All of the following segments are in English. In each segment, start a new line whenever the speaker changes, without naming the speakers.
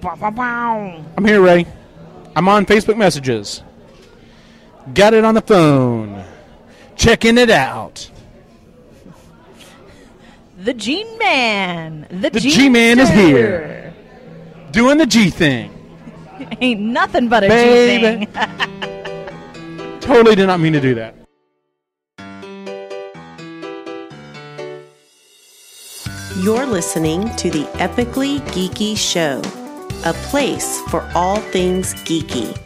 Bow, bow, bow.
I'm here, Ray. I'm on Facebook messages. Got it on the phone. Checking it out.
The Gene Man. The,
The
Gene
G-Man is
Sir.
here. Doing the G thing.
Ain't nothing but a G
Baby.
thing.
Totally did not mean to do that.
You're listening to the Epically Geeky Show, a place for all things geeky.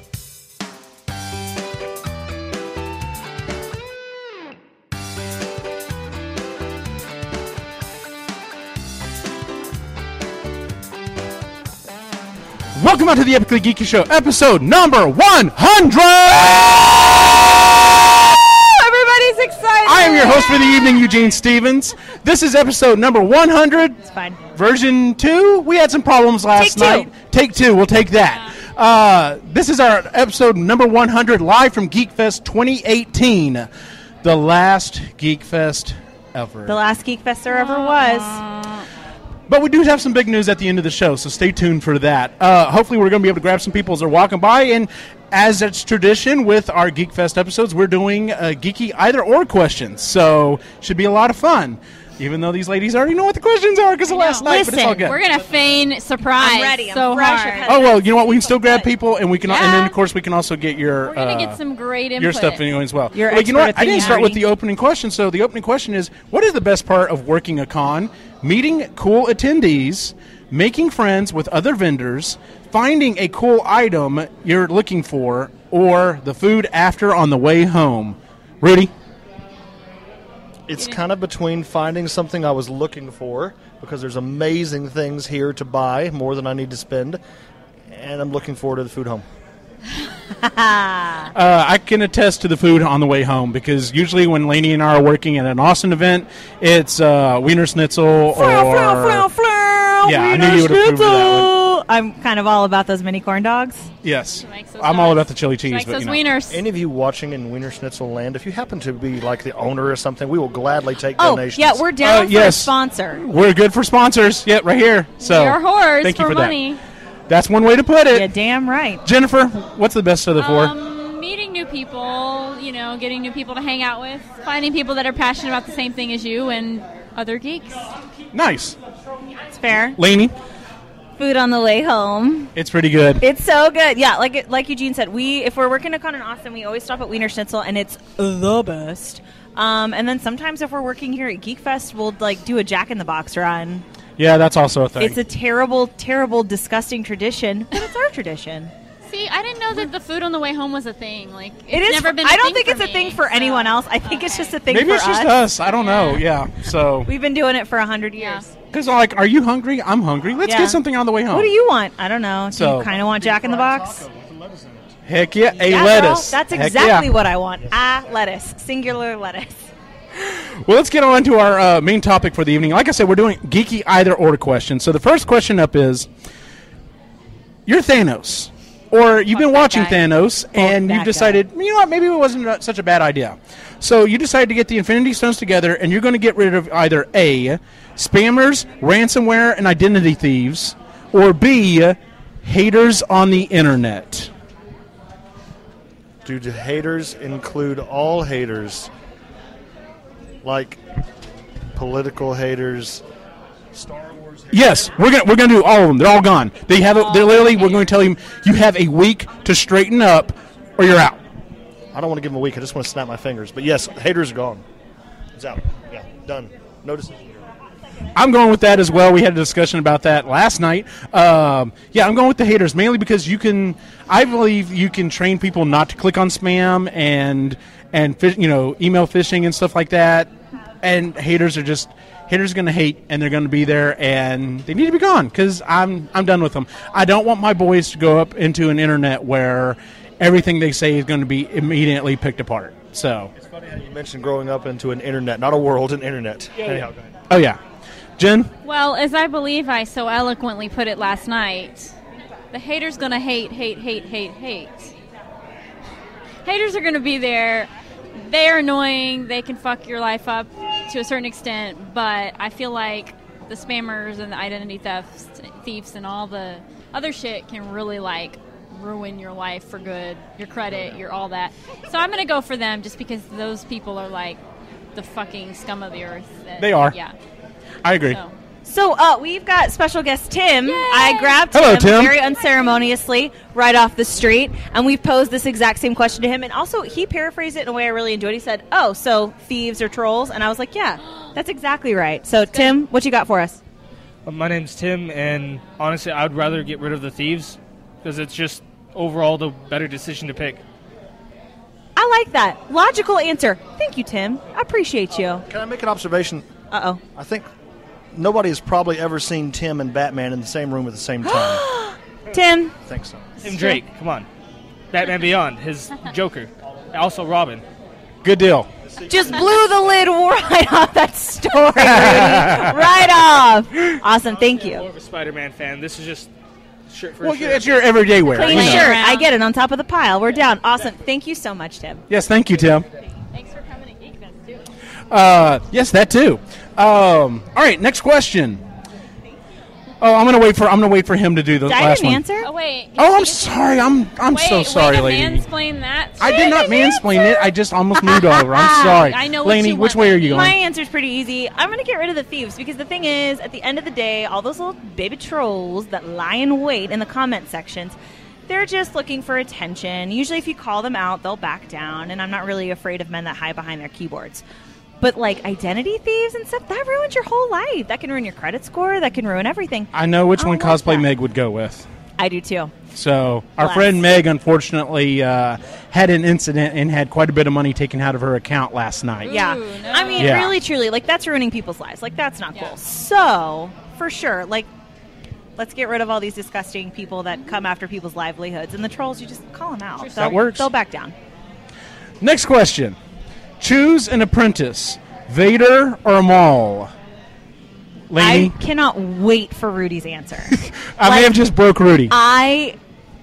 Welcome out to the Epically Geeky Show, episode number 100! I
Everybody's excited.
am your host for the evening, Eugene Stevens. This is episode number 100,
It's fine.
version 2. We had some problems last
Take two.
night. Take two, we'll take that. Uh, this is our episode number 100, live from Geek Fest 2018, the last Geek Fest ever.
The last Geek Fest there ever was.
But we do have some big news at the end of the show, so stay tuned for that. Uh, hopefully, we're going to be able to grab some people as they're walking by. And as it's tradition with our Geek Fest episodes, we're doing uh, geeky either or questions. So should be a lot of fun. Even though these ladies already know what the questions are because of last night, but it's all
Listen,
good.
we're gonna feign surprise.
I'm ready. I'm
so
fresh. I've
hard.
had
oh well, you know what? We can still grab people, and we can, and then
Yeah.
of course we can also get your
We're gonna
uh,
get some great input.
your stuff anyway as well.
You're
Well, you know
expert
what?
at
I didn't
things,
start with
Harry.
the opening question. So the opening question is: What is the best part of working a con? Meeting cool attendees, making friends with other vendors, finding a cool item you're looking for, or the food after on the way home. Rudy,
It's kind of between finding something I was looking for because there's amazing things here to buy more than I need to spend, and I'm looking forward to the food home.
uh, I can attest to the food on the way home because usually when Laney and I are working at an Austin event, it's uh, Wiener Schnitzel or yeah, I knew you would approve of that one.
I'm kind of all about those mini corn dogs.
Yes,
likes those
I'm all
dogs.
about the chili cheese.
She likes
but,
those
you know.
wieners.
Any of you watching in Wiener Schnitzel land, if you happen to be like the owner or something, we will gladly take
Oh,
donations.
yeah, we're down
Uh,
for
yes.
a sponsor.
We're good for sponsors. Yeah, right here. So
You're whores
Thank you
for,
for
money.
that. That's one way to put it.
Yeah, damn right.
Jennifer, what's the best of the four?
Um, meeting new people, you know, getting new people to hang out with, finding people that are passionate about the same thing as you and other geeks.
nice,
It's fair.
Laney.
Food on the way home.
It's pretty good.
It's so good. Yeah, like it- like Eugene said, we if we're working a con in Austin, we always stop at Wiener Schnitzel, and it's the best. Um, and then sometimes if we're working here at Geek Fest, we'll like do a Jack in the Box run.
yeah, that's also a thing.
It's a terrible, terrible, disgusting tradition, but it's our tradition.
See, I didn't know that the food on the way home was a thing. Like it's
It is.
Never been. I
I don't think it's a
me,
thing for
so-
anyone else. I think it's
Okay.
just a thing
Maybe
for
it's just
us.
us. I don't know. Yeah. So
We've been doing it for a hundred
Yeah.
years.
because like, are you hungry? I'm hungry. Let's
Yeah.
get something on the way home.
What do you want? I don't know. Do
So-
you kind of want Jack in the Box?
Heck yeah, a
Yeah, girl,
lettuce.
that's
Heck
exactly
yeah.
what I want. Ah, lettuce, singular lettuce.
Well, let's get on to our uh, main topic for the evening. Like I said, we're doing geeky either or questions. So the first question up is You're Thanos, or you've been
that
watching
guy.
Thanos, and
that
you've
guy.
decided, you know what, maybe it wasn't uh, such a bad idea. So you decide to get the Infinity Stones together, and you're going to get rid of either A, spammers, ransomware, and identity thieves, or B, haters on the internet.
Do the haters include all haters? Like political haters, Star Wars haters?
Yes, we're gonna we're gonna do all of them. They're all gone. They have a, they're literally we're going to tell you you have a week to straighten up, or you're out.
I don't want to give them a week. I just want to snap my fingers. But yes, haters are gone. It's out. Yeah, done. No decision.
I'm going with that as well. We had a discussion about that last night. Um, yeah, I'm going with the haters mainly because you can. I believe you can train people not to click on spam and and fish, you know email phishing and stuff like that. And haters are just haters are going to hate and they're going to be there and they need to be gone because I'm I'm done with them. I don't want my boys to go up into an internet where everything they say is going to be immediately picked apart. So,
It's funny how you mentioned growing up into an internet, not a world, an internet. Anyhow, go ahead.
oh yeah, Jen.
Well, as I believe I so eloquently put it last night, the haters gonna hate, hate, hate, hate, hate. Haters are gonna be there. They are annoying. They can fuck your life up to a certain extent, but I feel like the spammers and the identity thefts, thieves, and all the Other shit can really like ruin your life for good, your credit, your all that. So I'm gonna go for them just because those people are like the fucking scum of the earth. that-
They are.
Yeah.
I agree.
So
So uh, we've got special guest Tim. I grabbed
Hello, Tim.
very unceremoniously right off the street, and we've posed this exact same question to him. And also, he paraphrased it in a way I really enjoyed. He said, "Oh, so thieves or trolls?" And I was like, "Yeah, that's exactly right." So Tim, what you got for us?
Uh, My name's Tim, and honestly, I would rather get rid of the thieves because it's just overall the better decision to pick.
I like that logical answer. Thank you, Tim. I appreciate you.
Can I make an observation?
Uh oh.
I think nobody has probably ever seen Tim and Batman in the same room at the same time. I
Tim,
think so.
Tim Drake, come on. Batman Beyond, his Joker, also Robin.
Good deal.
just blew the lid right off that story, Rudy. right off. Awesome. Thank
More
you.
of a Spider-Man fan. This is just shirt for
Well,
shirt.
it's your everyday wear.
Clean
you know.
shirt. I get it. On top of the pile. We're down. Awesome. Thank you so much, Tim.
Yes, thank you, Tim.
thanks for coming to GeekFest too.
Uh, yes, that too. Um, all right, next question. Oh, I'm gonna wait for I'm gonna wait for him to do the
Did I
last
didn't
one.
answer.
Oh wait.
Oh, I'm sorry. I'm I'm
wait,
so sorry,
way to
lady.
Mansplain that.
I did not mansplain it. I just almost moved over. I'm sorry,
I know what
Laney.
you
which
want,
way are you
My
going?
answer's pretty easy. I'm going to get rid of the thieves because the thing is, at the end of the day, all those little baby trolls that lie in wait in the comment sections, they're just looking for attention. Usually, if you call them out, they'll back down, and I'm not really afraid of men that hide behind their keyboards. But like identity thieves and stuff, that ruins your whole life. That can ruin your credit score. That can ruin everything.
I know
Oh,
which
I
one
don't like
cosplay
that.
Meg would go with.
I do too.
So our
Bless.
friend Meg, unfortunately, uh, had an incident and had quite a bit of money taken out of her account last night.
Yeah.
Ooh, no.
I mean,
Yeah.
really, truly, like that's ruining people's lives. Like that's not
Yeah.
cool. So for sure, like let's get rid of all these disgusting people that come after people's livelihoods and the trolls. You just call them out. They'll-
That works.
They'll back down.
Next question: Choose an apprentice, Vader or Maul. Laney,
I cannot wait for Rudy's answer.
I, may
like-
have just broke Rudy,
Oh.
I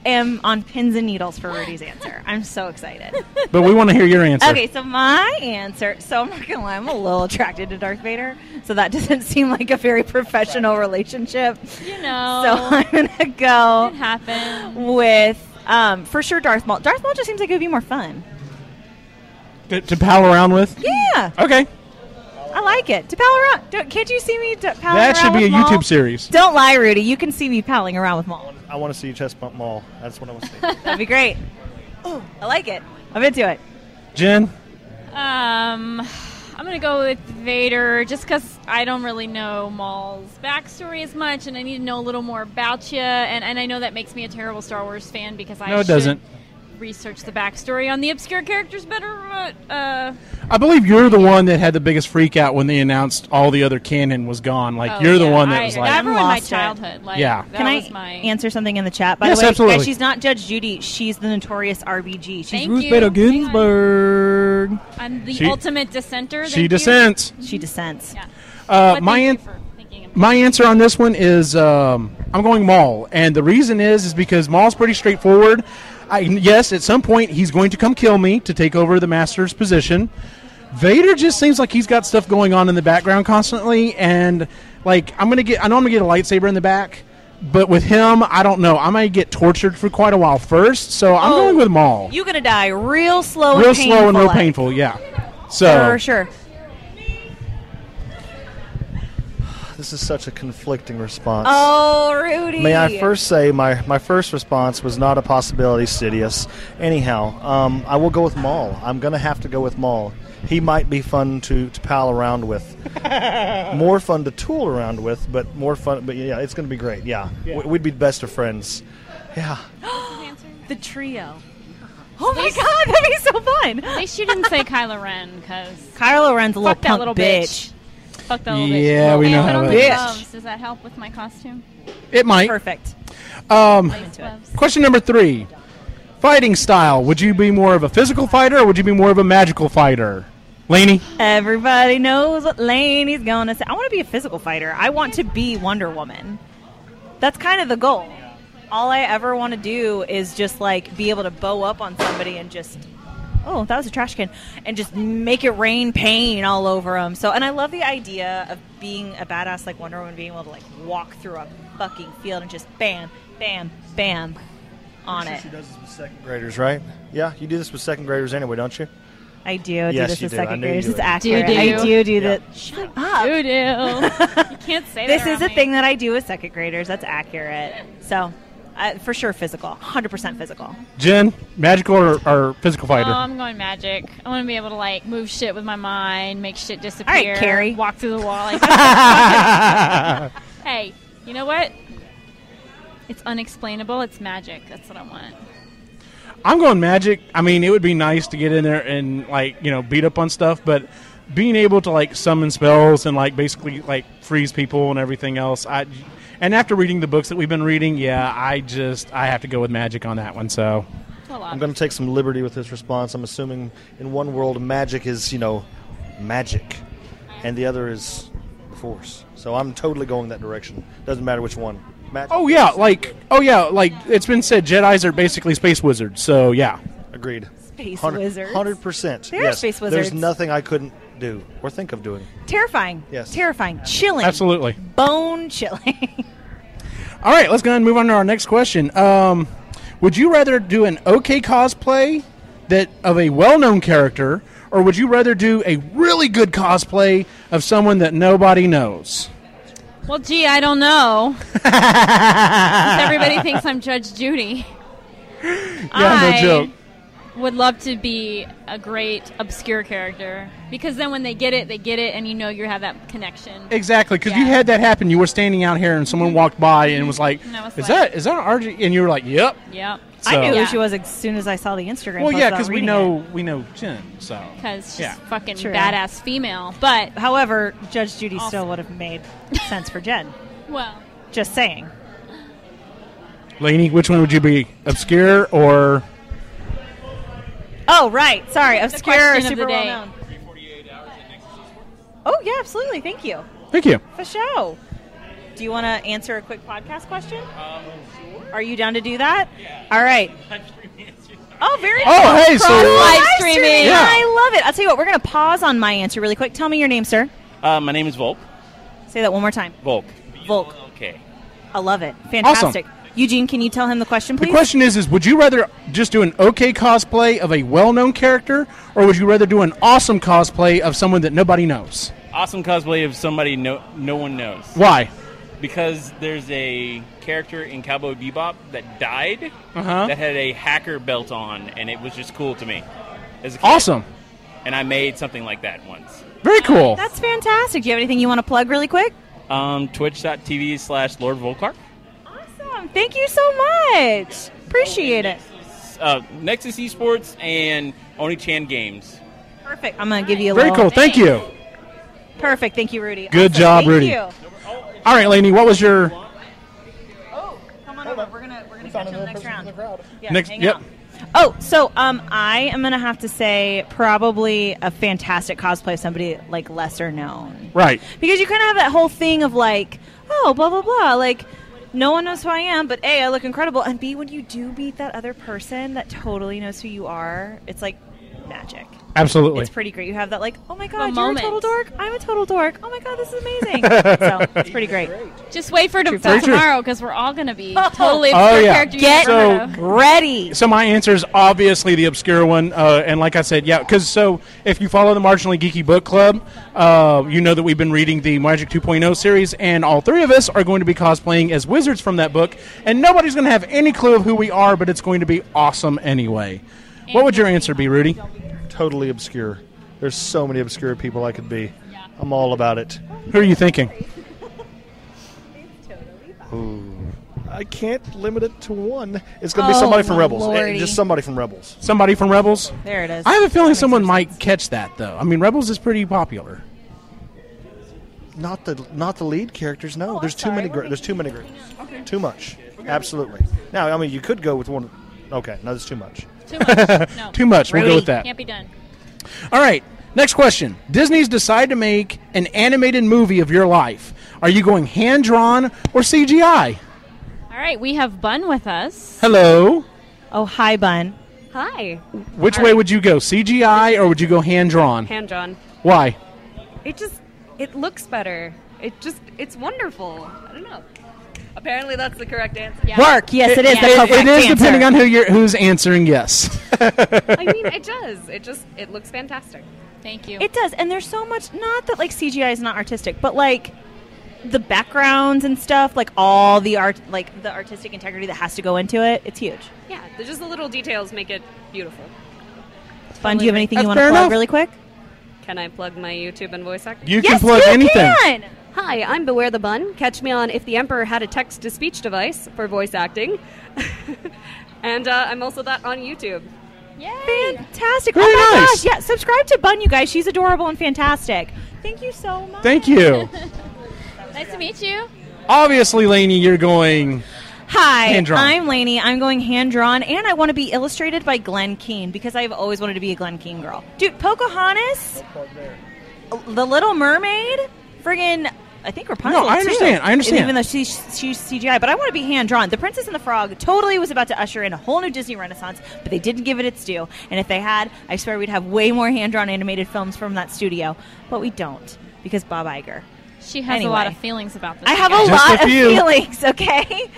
am on pins and needles for Rudy's answer. I'm so excited.
but we want to hear your answer.
Okay, so my answer. So I'm not gonna lie, I'm a little attracted to Darth Vader. So that doesn't seem like a very professional relationship.
You
So
know.
I'm gonna go.
it happened.
with um, for sure Darth Maul. Darth Maul just seems like it would be more fun.
To, to pal around with.
Yeah,
Okay,
I like it. To pal around. Don't, can't you see me d- palling
that should
around
be a
with Maul?
YouTube series.
Don't lie, Rudy. You can see me palling around with Maul.
I want to see you chest bump Maul. That's what I want to see.
That'd be great. Ooh,
Oh,
I like it. I'm into it.
Jen,
Um, I'm gonna go with Vader just because I don't really know Maul's backstory as much, and I need to know a little more about you. And, and I know that makes me a terrible Star Wars fan because I
No, it
should
doesn't.
research the backstory on the obscure characters better. But uh,
I believe you're the one that had the biggest freak out when they announced all the other canon was gone. Like
oh,
you're the
yeah,
one that
I-
was
that
like,
ruined my
Lost it.
childhood. Like,
Yeah.
that
Can
was
I
my
answer something in the chat? By
Yes,
the way,
absolutely.
guys, she's not Judge Judy. She's the notorious RBG. She's
Thank
Ruth
you.
Bader
Hang on.
Ginsburg.
I'm the
She-
ultimate dissenter. Thank
she
you.
dissents.
She dissents.
Yeah.
Uh,
But
my
thank you
an-
for thinking of me.
my answer on this one is um, I'm going Maul, and the reason is is because Maul's pretty straightforward. I, yes, at some point he's going to come kill me to take over the Master's position. Vader just seems like he's got stuff going on in the background constantly, and like I'm gonna get I know I'm gonna get a lightsaber in the back, but with him I don't know I might get tortured for quite a while first, so I'm
Oh,
going with Maul.
You gonna die real slow
real
and painful.
slow and real
like.
painful, yeah. So
For sure.
this is such a conflicting response.
Oh, Rudy.
May I first say my, my first response was not a possibility, Sidious. Anyhow, um, I will go with Maul. I'm going to have to go with Maul. He might be fun to, to pal around with. more fun to tool around with, but more fun. But yeah, it's going to be great. Yeah. We- We'd be best of friends. Yeah.
The trio. Oh my god, that'd be so
At
fun.
least you didn't say Kylo Ren because.
Kylo Ren's a little
Fuck that
punk
little
bitch.
bitch. Fuck that little bitch.
Yeah, we
And
know
put
how
on
that
the
is.
gloves. Does that help with my costume?
it might.
Perfect.
Um,
These gloves.
Question number three: Fighting style. Would you be more of a physical fighter, or would you be more of a magical fighter? Laney,
Everybody knows what Laney's gonna say. I want to be a physical fighter. I want to be Wonder Woman. That's kind of the goal. All I ever want to do is just like be able to bow up on somebody and just oh, that was a trash can, and just make it rain pain all over them. So, and I love the idea of being a badass like Wonder Woman, being able to like walk through a fucking field and just bam, bam, bam, on it.
She does this with second graders, right? Yeah, you do this with second graders anyway, don't you?
I do do
Yes,
this
you
with
do. I
second
knew you
graders.
do
It's
it.
accurate.
Do you
I
do?
do do
Yeah.
that. Shut up.
Doodle. you can't say
This
that
is
around
a
me.
thing that I do with second graders. That's accurate. So, uh, for sure, physical. 100% physical.
Jen, magical or, or physical
Oh,
fighter?
I'm going magic. I want to be able to like move shit with my mind, make shit disappear.
Carrie.
Walk through the wall. Like, hey, you know what? It's unexplainable. It's magic. That's what I want.
I'm going magic. I mean, it would be nice to get in there and like you know beat up on stuff, but being able to like summon spells and like basically like freeze people and everything else. I and after reading the books that we've been reading, yeah, I just I have to go with magic on that one. So
Well,
I'm going to take some liberty with this response. I'm assuming in one world, magic is, you know, magic, and the other is the force. So I'm totally going that direction. Doesn't matter which one. Magic.
oh yeah, like oh yeah, like it's been said, Jedi's are basically space wizards. So yeah,
Agreed.
Space wizards.
Hundred percent.
They are
yes.
space
There's
wizards.
nothing I couldn't do or think of doing.
Terrifying.
Yes.
Terrifying. Chilling.
absolutely.
Bone chilling.
All right, let's go ahead and move on to our next question. Um, would you rather do an okay cosplay that of a well-known character, or would you rather do a really good cosplay of someone that nobody knows?
well, gee, I don't know. 'Cause everybody thinks I'm Judge Judy.
Yeah, no
I
joke.
Would love to be a great obscure character because then when they get it, they get it, and you know you have that connection.
Exactly, because you
Yeah.
had that happen. You were standing out here, and someone walked by and was like,
And I was
"Is
like-
that is that an RG?" And you were like, "Yep."
Yep.
So-
I knew
Yeah.
who she was as soon as I saw the Instagram.
Well,
post
yeah,
without
because we
reading
know
it.
we know Jen. So
Because she's
yeah.
fucking
True.
badass female. But
However, Judge Judy still
Awesome.
would have made sense for Jen.
well,
Just saying.
Lainey, which one would you be, obscure or?
Oh, right. Sorry. Obscure or
question of
super
the
well
day.
known. Oh, yeah, absolutely. Thank you.
Thank you.
For show. Do you want to answer a quick podcast question? Um, Are you down to do that? Yeah. All right. Oh, very
Oh, hey, so-
Cross
Live streaming.
Yeah.
I love it. I'll tell you what, we're going to pause on my answer really quick. Tell me your name, sir.
Uh, my name is Volk.
Say that one more time.
Volk.
Volk.
Okay.
I love it. Fantastic. Eugene, can you tell him the question, please?
The question is: Is would you rather just do an okay cosplay of a well-known character, or would you rather do an awesome cosplay of someone that nobody knows?
Awesome cosplay of somebody no no one knows.
Why?
Because there's a character in Cowboy Bebop that died
Uh-huh.
that had a hacker belt on, and it was just cool to me. As a kid.
Awesome,
And I made something like that once.
very cool.
That's fantastic. Do you have anything you want to plug really quick?
Um, Twitch.tv slash Lord Volkark.
Awesome. Thank you so much. Appreciate it.
Uh, Nexus Esports and Oni Chan Games.
Perfect. I'm going to give you a
very
little.
cool. Thank you.
Perfect. Thank you, Rudy.
Good
Awesome.
job,
Thank
Rudy.
you.
All right, Lainey, what was your
Oh, come on over. We're gonna we're gonna catch him next round. Yeah,
Next-
hang
yep.
out. Oh, so um, I am gonna have to say probably a fantastic cosplay of somebody like lesser known
right?
because you kind of have that whole thing of like, oh, blah blah blah, like. No one knows who I am, but A, I look incredible, and B, when you do meet that other person that totally knows who you are, it's like magic.
Absolutely.
It's pretty great. You have that like, oh my god,
A
you're
moment.
a total dork. I'm a total dork. Oh my god, this is amazing. so it's pretty great.
just wait for to-
Very
till
true.
tomorrow because we're all going to be
Oh.
totally
Oh,
obscure
yeah.
character.
Get
you never heard of.
ready.
so my answer is obviously the obscure one, uh, and like I said, yeah, because so if you follow the Marginally Geeky Book Club, uh, you know that we've been reading the Magic 2.0 series, and all three of us are going to be cosplaying as wizards from that book, and nobody's going to have any clue of who we are, but it's going to be awesome anyway. What would your answer be, Rudy?
Totally obscure. There's so many obscure people I could be. I'm all about it.
Who are you thinking?
I can't limit it to one. It's going to be
Oh,
somebody from
my
Rebels. Eh,
lordy.
Just somebody from Rebels.
Somebody from Rebels?
There it is.
I have a feeling
Makes
someone
more
might
sense.
catch that, though. I mean, Rebels is pretty popular.
Not the not the lead characters. No, there's too
Oh, sorry.
many. Gr- there's too many groups. Too much. Absolutely. Now, I mean, you could go with one. Okay, no, that's too much.
Too much. No.
Too much. We'll go
Rudy.
with that.
Can't be done.
All right. Next question. Disney's decided to make an animated movie of your life. Are you going hand drawn or CGI?
All right, we have Bun with us.
Hello.
Oh, hi, Bun.
Hi,
Which way would you go? CGI or would you go hand drawn?
hand drawn.
Why?
It just it looks better. It just it's wonderful. I don't know. A Apparently, that's the correct answer.
Yeah.
Work. Yes, it is the
It-
correct
it is
answer.
depending on who you're who's answering. Yes.
I mean, it does. It just it looks fantastic.
Thank you.
It does, and there's so much. Not that like CGI is not artistic, but like the backgrounds and stuff, like all the art, like the artistic integrity that has to go into it. It's huge.
Yeah, the- just the little details make it beautiful.
Fun. Do you have anything
That's
you want to
Uh, fair
plug
enough.
really quick?
Can I plug my YouTube and voice acting?
You can plug anything.
can.
Hi, I'm Beware the Bun. Catch me on If the Emperor Had a Text to Speech Device for voice acting. and uh, I'm also that on YouTube.
Fantastic.
Very
oh my
nice.
gosh. Yeah. Subscribe to Bun, you guys. She's adorable and fantastic. Thank you so much.
Thank you.
Nice to meet you.
Obviously, Lainey, you're going.
Hi,
Hand-drawn.
I'm Lainey. I'm going hand drawn, and I want to be illustrated by Glenn Keane because I've always wanted to be a Glenn Keane girl. Dude, Pocahontas, The Little Mermaid, friggin' I think Rapunzel.
No, I
too.
understand, I understand.
Even though she's, she's CGI, but I want to be hand drawn. The Princess and the Frog totally was about to usher in a whole new Disney Renaissance, but they didn't give it its due. And if they had, I swear we'd have way more hand drawn animated films from that studio, but we don't because Bob Iger.
She has a lot
Anyway.
of feelings about this.
I have a
Just
lot
a
of
few.
feelings. Okay.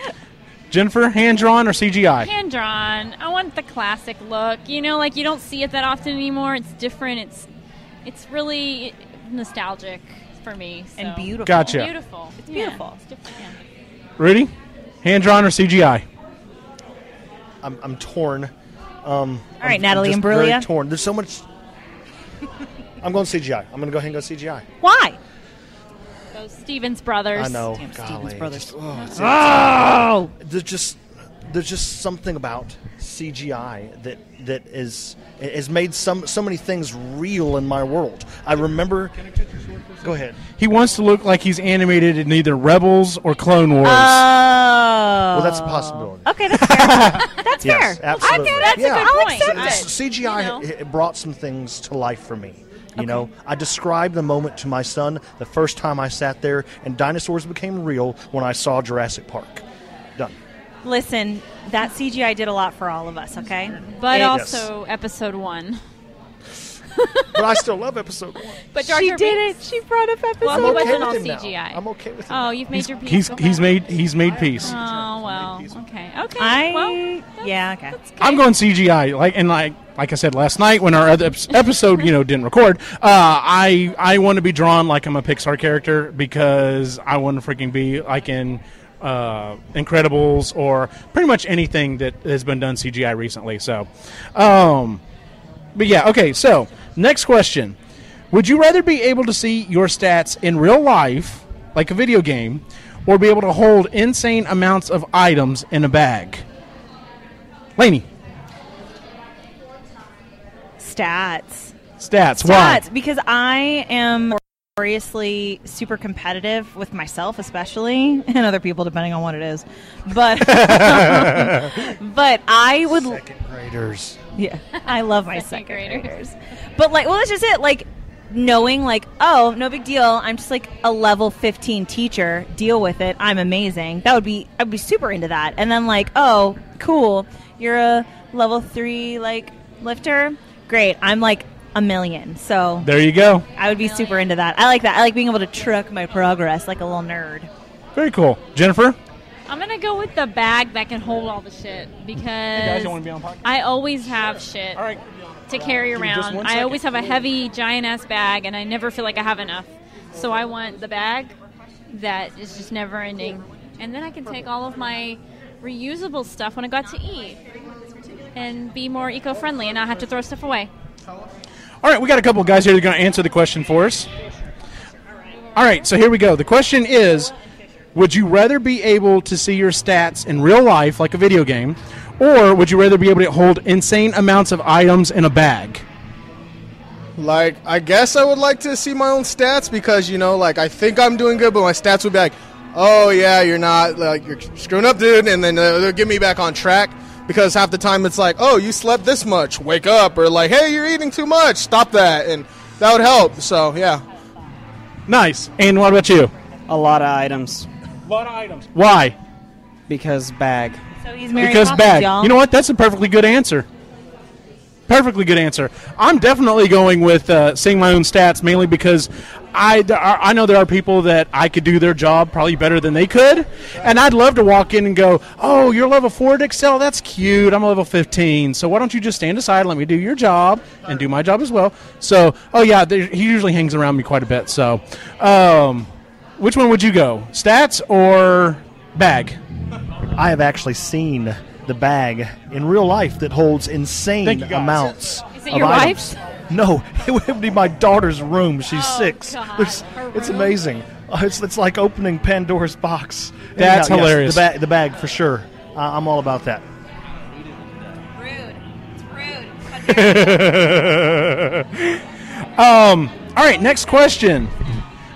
Jennifer, hand drawn or CGI?
hand drawn. I want the classic look. You know, like you don't see it that often anymore. It's different. It's it's really nostalgic for me. so-
And beautiful.
Gotcha.
Beautiful. It's
beautiful.
it's different, yeah.
Rudy, hand drawn or CGI?
I'm, I'm torn. Um, All
right, Natalie
I'm just
Imbruglia.
very torn. There's so much. I'm going CGI. I'm going to go ahead and go CGI.
Why?
Those Stevens brothers.
I know.
Damn, Stevens
Golly,
Brothers.
just- oh, it's-
Oh.
there's just there's just something about CGI that that is it has made some so many things real in my world. I remember. Go ahead.
He wants to look like he's animated in either Rebels or Clone Wars.
Oh.
Well, that's a possibility.
Okay, that's fair. that's
Yes,
fair.
absolutely.
Okay, that's
Yeah.
a good I'll
point.
accept
Good.
it.
C- CGI
You know.
it- it brought some things to life for me. You know, I described the moment to my son the first time I sat there, and dinosaurs became real when I saw Jurassic Park. Done.
Listen, that CGI did a lot for all of us, okay?
But
It-
also episode one.
But I still love Episode One.
But Jar
she
Jar
did it.
Binks-
She brought up episode
Well, It
I'm okay
wasn't
with
all
him now.
CGI.
I'm okay with it.
Oh, you've made your peace.
He's
okay.
he's made he's made peace.
Oh well. Okay. Okay.
I
well, that's-
yeah okay.
I'm going CGI. Like and like like I said last night when our other ep- episode you know didn't record. Uh, I I want to be drawn like I'm a Pixar character because I want to freaking be like in uh, Incredibles or pretty much anything that has been done CGI recently. So, um, but yeah, okay. So next question: Would you rather be able to see your stats in real life, like a video game, or be able to hold insane amounts of items in a bag? Laney.
Stats.
Stats. Why?
Stats, because I am notoriously super competitive with myself, especially, and other people, depending on what it is. But but I would
Second graders.
Yeah, I love my
Second
second
graders.
graders. But like, well, that's just it. Like knowing, like, oh, no big deal. I'm just like a level 15 teacher. Deal with it. I'm amazing. That would be. I'd be super into that. And then like, oh, cool. You're a level three like lifter. Great. I'm like a million. So
There you go.
I would be super into that. I like that. I like being able to track my progress like a little nerd.
Very cool. Jennifer?
I'm gonna go with the bag that can hold all the shit because
on podcast?
I always have shit
right.
to carry
me just
around.
one
I
second.
always have a heavy giant ass bag, and I never feel like I have enough. So I want the bag that is just never ending, and then I can take all of my reusable stuff when I got to eat and be more eco friendly, and not have to throw stuff away.
All right, we got a couple of guys here that are going to answer the question for us. All right, so here we go. The question is Would you rather be able to see your stats in real life, like a video game, or would you rather be able to hold insane amounts of items in a bag?
Like, I guess I would like to see my own stats because you know, like, I think I'm doing good, but my stats would be like, "Oh yeah, you're not like you're screwing up, dude," and then uh, they'll get me back on track. Because half the time it's like, "Oh, you slept this much, wake up," or like, "Hey, you're eating too much, stop that," and that would help. So yeah,
Nice. And what about you?
A lot of items
Why?
because bag.
So Oh, he's married.
because bag. You know what? That's a perfectly good answer. Perfectly good answer. I'm definitely going with uh, seeing my own stats mainly because I, there are- I know there are people that I could do their job probably better than they could, and I'd love to walk in and go, "Oh, you're level four at Excel. That's cute. I'm level 15. So why don't you just stand aside, and let me do your job and do my job as well?" So, oh yeah, there, he usually hangs around me quite a bit. So, um, which one would you go, stats or bag?
I have actually seen the bag in real life that holds insane
Thank you, guys.
amounts.
Is it
of
your
items. No, it would be my daughter's room. She's six.
Oh, God,
There's-
her
it's
room?
amazing. Uh, It's, it's like opening Pandora's box.
That's
Anyhow, yes,
hilarious.
the, bag, the bag for sure. I I'm all about that.
Rude. It's rude.
Um, all right, next question.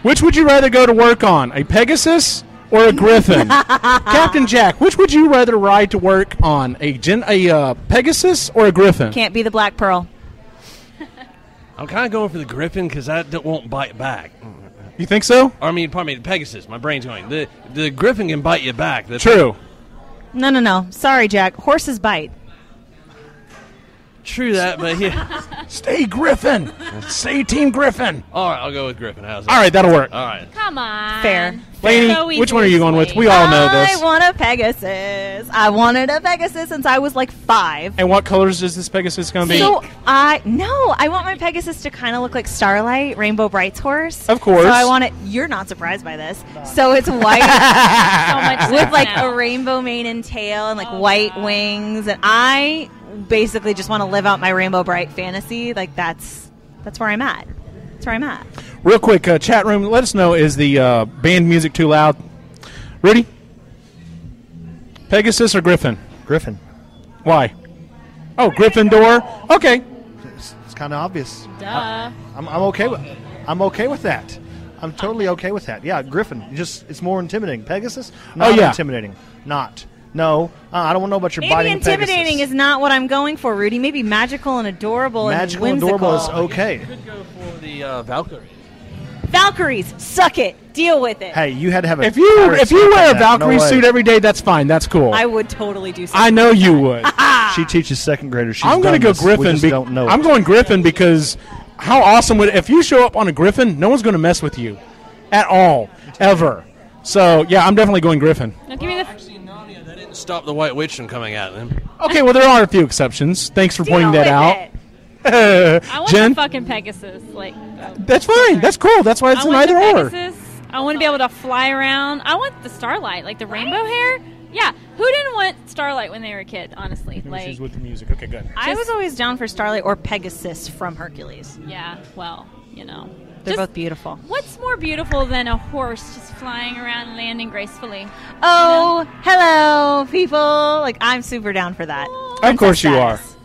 Which would you rather go to work on, a Pegasus or a Griffin? Captain Jack, which would you rather ride to work on, a gen- a uh, Pegasus or a Griffin?
Can't be the Black Pearl.
I'm kind of going for the Griffin because I don't, won't bite back.
You think so?
Or, I mean, pardon me, the Pegasus. My brain's going. The the Griffin can bite you back. The
True.
No, no, no. Sorry, Jack. Horses bite.
True that, but yeah.
Stay Griffin. Stay Team Griffin.
All right, I'll go with Griffin. How's that?
All right, that'll work.
All right.
Come on.
Fair.
Lainey,
So easy
which one are
to
you going with?
explain.
We all know
I
this.
want a Pegasus. I wanted a Pegasus since I was like five.
And what colors is this Pegasus going to be?
So I no, I want my Pegasus to kind of look like Starlight, Rainbow Bright's horse.
Of course.
So I want it. You're not surprised by this. So it's white
So much
with
sense
like
now.
a rainbow mane and tail, and like
Oh,
white
wow.
wings. And I basically just want to live out my Rainbow Bright fantasy. Like that's that's where I'm at. That's where I'm at.
Real quick, uh, chat room, let us know is the uh, band music too loud? Rudy? Pegasus or Griffin?
Griffin.
Why? Oh, Gryffindor? Okay.
It's, it's kind of obvious.
Duh.
I'm, I'm okay with I'm okay with that. I'm totally okay with that. Yeah, Griffin. you Just it's more intimidating. Pegasus. Not
Oh, yeah.
intimidating. Not. No. Uh, I don't know about your
Maybe
biting.
intimidating
Pegasus.
is not what I'm going for, Rudy. Maybe magical and adorable
magical
and
and
whimsical.
adorable is okay.
Could go for the uh, Valkyrie.
Valkyries, suck it. Deal with it.
Hey, you had to have a
If you
pirate
if you
suit
wear
like
a
that. No
Valkyrie
way.
suit every day, that's fine. That's cool.
I
I,
would totally do something.
know you would.
she teaches second graders. She's
I'm
going to
go Griffin.
We just
be-
don't know.
I'm
it.
going Griffin because how awesome would if you show up on a Griffin, no one's going to mess with you at all ever. So yeah, I'm definitely going Griffin.
Now give me the. F-
Actually, Narnia, that didn't stop the White Witch from coming at them.
Okay, well there are a few exceptions. Thanks for pointing
Deal
that out.
with
I want
Jen?
the fucking Pegasus. Like.
That's fine. That's cool. That's why it's
I
an
want
either
the
or.
Pegasus. I want to be able to fly around. I want the starlight, like the rainbow hair. Yeah, who didn't want starlight when they were a kid? Honestly, like
with the music. Okay, good.
I
I
was always down for Starlight or Pegasus from Hercules.
Yeah, well, you know,
They're
Just-
both beautiful.
What's more beautiful than a horse just flying around and landing gracefully?
Oh, hello, people! Like I'm super down for that.
Of course you are.
Princess.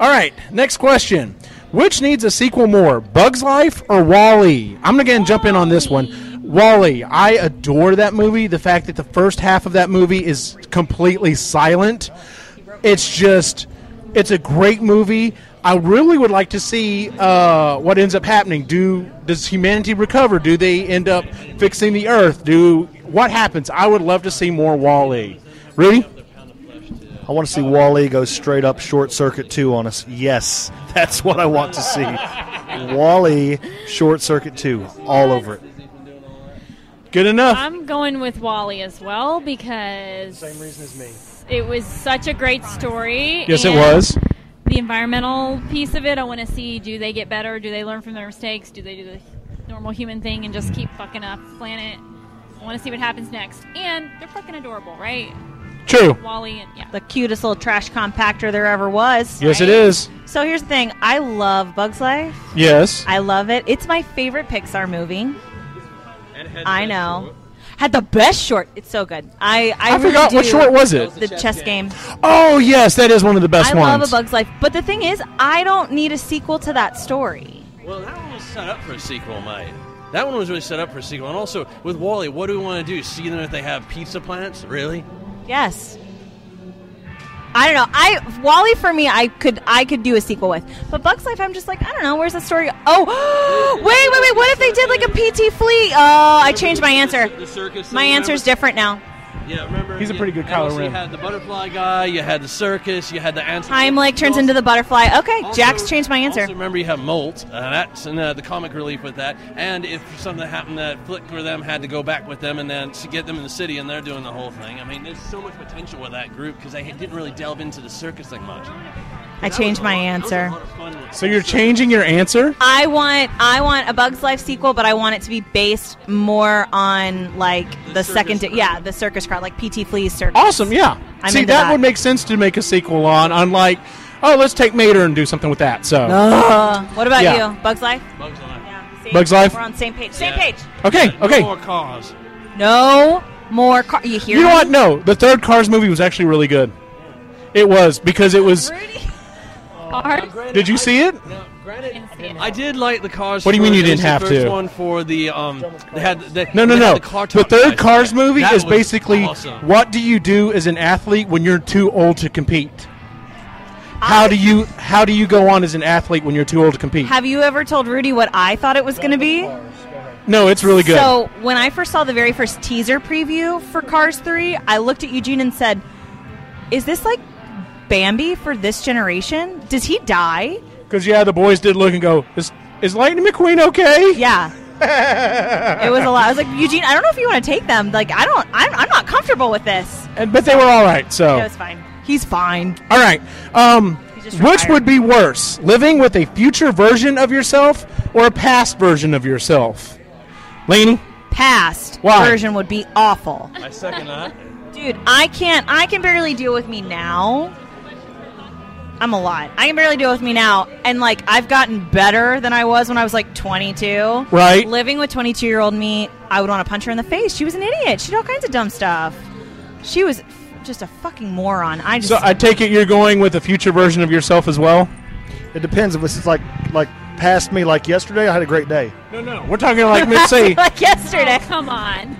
All right, next question. Which needs a sequel more, Bug's Life or Wally? I'm gonna again jump in on this one. Wally, I adore that movie. The fact that the first half of that movie is completely silent, it's just, it's a great movie. I really would like to see uh, what ends up happening. Do does humanity recover? Do they end up fixing the Earth? Do what happens? I would love to see more Wally. Rudy,
I want to see Wally go straight up short circuit two on us. Yes, that's what I want to see. Wally short circuit two all over it.
good enough.
I'm going with Wally as well because same reason as me. It was such a great story.
Yes, it
and
was.
The environmental piece of it, I want to see: do they get better? Do they learn from their mistakes? Do they do the normal human thing and just keep fucking up the planet? I want to see what happens next. And they're fucking adorable, right?
True.
Wally and yeah.
The cutest little trash compactor there ever was.
Yes, it
Right?
is.
So here's the thing: I love Bugs Life.
Yes.
I love it. It's my favorite Pixar movie. I know. Had the best short. It's so good. I
I,
I, really
forgot what
do.
short was it.
The chess game.
Oh yes, that is one of the best
I
ones.
love A Bug's Life, but the thing is, I don't need a sequel to that story.
Well, that one was set up for a sequel, mate. That one was really set up for a sequel. And also, with Wally, what do we want to do? See them if they have pizza plants? Really?
Yes. I don't know. I Wally for me, I could I could do a sequel with, but Bugs Life, I'm just like I don't know. Where's the story? Oh, wait, wait, wait. What if they did like a PT Flea? Oh, I changed my answer.
The circus.
My answer's different now.
Yeah, remember?
He's a
you-
pretty good
and also
Kylo
You
Ren.
had the butterfly guy, you had the circus, you had the anti.
Heimlich turns into the butterfly. Okay, Jack's changed my answer.
Also remember you have Molt. Uh, that's and, uh, the comic relief with that. And if something happened that Flick or them had to go back with them and then to get them in the city and they're doing the whole thing. I mean, there's so much potential with that group because they didn't really delve into the circus thing much.
I changed my answer.
So you're
uh,
changing your answer?
I want I want a Bugs Life sequel, but I want it to be based more on like the, second, yeah, the circus crowd, like PT Flea's circus.
Awesome, yeah.
I'm
See,
into
that,
that.
would make sense to make a sequel on, unlike, oh, let's take Mater and do something with that. So,
Ugh. what about
Yeah.
you? Bugs Life.
Bugs Life.
Yeah, see?
Bugs Life?
We're on the same page. Same
Yeah.
page.
Okay, okay.
More cause.
No more car. You hear
You know
me?
what? No, the third Cars movie was actually really good. It was because it was.
Oh,
Did you see it?
I did like the cars.
What do you mean
for-
you
it was
didn't have
The first
to?
one for the um, they had they,
No, no,
they had
no.
The, car
The
top
third
guys.
Cars movie
That
is
was
basically
awesome.
what do you do as an athlete when you're too old to compete? How do you how do you go on as an athlete when you're too old to compete?
Have you ever told Rudy what I thought it was going to be?
No, it's really good.
So when I first saw the very first teaser preview for Cars 3, I looked at Eugene and said, "Is this like Bambi for this generation? Does he die?"
Because yeah, the boys did look and go, is is Lightning McQueen okay?
Yeah. it was a lot. I was like, Eugene, I don't know if you want to take them. Like, I don't, I'm, I'm not comfortable with this.
And, but they were all right. So
It was fine. He's fine.
all right. Um,
just
which
retired.
would be worse, living with a future version of yourself or a past version of yourself? Laney,
Past
Why?
version would be awful.
I second that.
Dude, I can't. I can barely deal with me now. I'm a lot. I can barely deal with me now, and like I've gotten better than I was when I was like 22.
Right.
Living with 22 year old me, I would want to punch her in the face. She was an idiot. She did all kinds of dumb stuff. She was f- just a fucking moron. I just
so I take it you're going with a future version of yourself as well.
It depends if it's like like past me like yesterday. I had a great day.
No, no, we're talking like let's say
like yesterday.
Oh, Come on.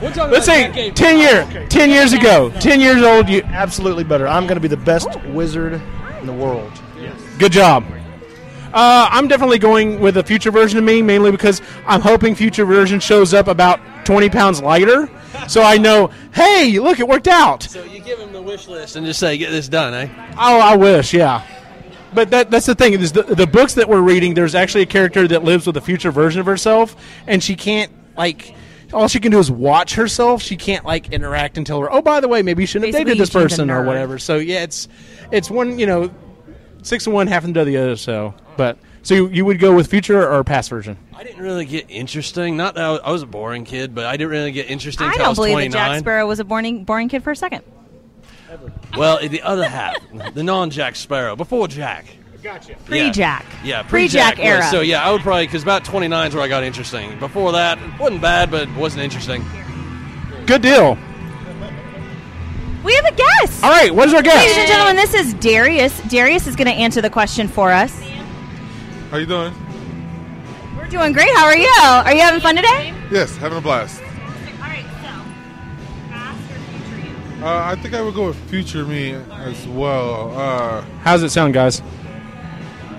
let's say ten year ten years ago, ten years old. You
Absolutely better. I'm going to be the best wizard in the world.
Good job. Uh, I'm definitely going with a future version of me, mainly because I'm hoping future version shows up about 20 pounds lighter, so I know, hey, look, it worked out.
So you give him the wish list and just say, get this done, eh?
Oh, I wish, yeah. But that, that's the thing is the, the books that we're reading. There's actually a character that lives with a future version of herself, and she can't like. All she can do is watch herself. She can't like interact and tell her, "Oh, by the way, maybe you shouldn't have
Basically,
dated this
Eugene's a
person or
nerd.
whatever." So yeah, it's it's one you know, six and one, half and the other. So, but so you, you would go with future or past version?
I didn't really get interesting. Not that I was, I was a boring kid, but I didn't really get interesting
I
until
don't
was
believe that Jack
29.
Sparrow was a boring, boring kid for a second.
Well, the other half, the non-Jack Sparrow, before Jack.
Pre-Jack.
Yeah,
Pre-Jack
pre-Jack,
era.
was- So yeah, I would probably because about 29 is where I got interesting. Before that, wasn't bad, but wasn't interesting.
Good deal.
We have a guest.
All right, what is our
Ladies and
guess?
gentlemen, this is Darius. Darius is going to answer the question for us.
How you doing?
We're doing great. How are you? Are you having fun today?
Yes, having a blast. Uh, I think I would go with future me as well. Uh,
How's it sound, guys?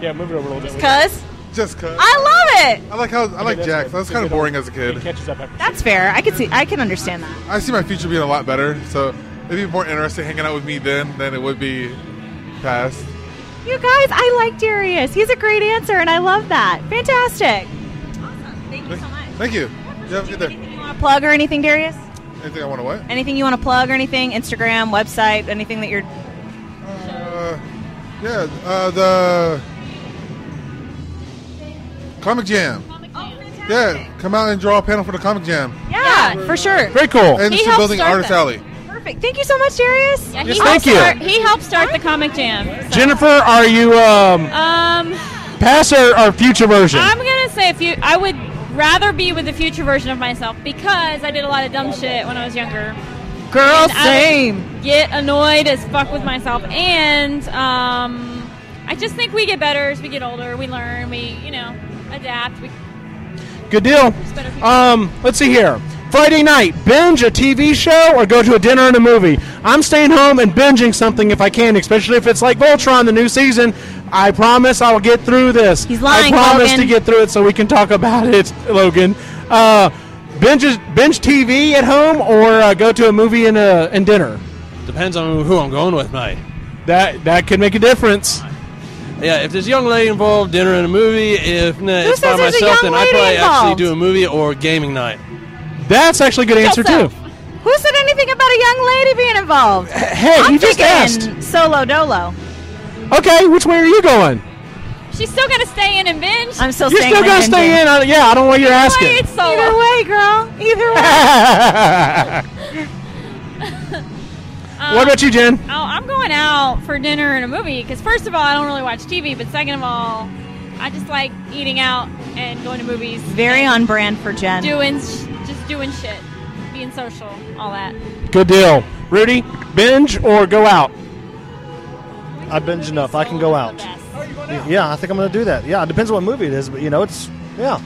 yeah, move it over a little bit.
Cuz
Just cuz.
I love it.
I like how I like Jack. That's kind of boring as a kid.
That's fair. I can see. I can understand that.
I see my future being a lot better, so it'd be more interesting hanging out with me then than it would be past.
You guys, I like Darius. He's a great answer, and I love that. Fantastic. Thank you so much.
Thank you. You have a good day.
Want to plug or anything, Darius?
Anything I want to what?
Anything you want to plug or anything? Instagram, website, anything that you're.
Uh, yeah, uh, the Oh, Comic Jam. Yeah, come out and draw a panel for the Comic Jam.
Yeah, for sure.
Very cool.
And
He
this is
helped
building
start
Artist
that.
Alley.
Perfect. Thank you so much, Darius.
Yeah,
Yes,
he
thank
helped
you.
Start, he helped start the comic jam.
Jennifer, are you um,
Um,
past or, or future version?
I'm gonna say if you, I would rather be with the future version of myself because I did a lot of dumb shit when I was younger.
Girl,
And I would Get annoyed as fuck with myself, and um, I just think we get better as we get older. We learn. We, you know, adapt. We
Good deal. Um, let's see here. Friday night, binge a TV show or go to a dinner and a movie. I'm staying home and binging something if I can, especially if it's like Voltron, the new season. I promise I will get through this.
He's lying,
I promise
Logan.
to get through it so we can talk about it, Logan. Uh, binge binge TV at home or uh, go to a movie and uh, and dinner.
Depends on who I'm going with, mate.
That that could make a difference.
Yeah, if there's a young lady involved, dinner and a movie. If no, it's by
says there's a
myself,
young
then I
lady
probably
involved?
actually do a movie or gaming night.
That's actually a good answer
Joseph.
too.
Who said anything about a young lady being involved?
hey,
I'm
you just
thinking Solo dolo.
Okay, which way are you going?
She's still gonna stay in and binge.
I'm still
You're still gonna stay in. Oh. I, yeah, I don't want you to ask
Wait,
it.
it's solo.
Either way, girl. Either
Um,
what about you, Jen?
Oh, I'm going out for dinner and a movie because first of all, I don't really watch TV, but second of all, I just like eating out and going to movies.
Very on brand for Jen.
doing sh- just doing shit, being social, all that.
Good deal, Rudy. Binge or go out?
I binge enough. I can go out. Y- Yeah, I think I'm going to do that. Yeah, it depends on what movie it is, but you know, it's yeah.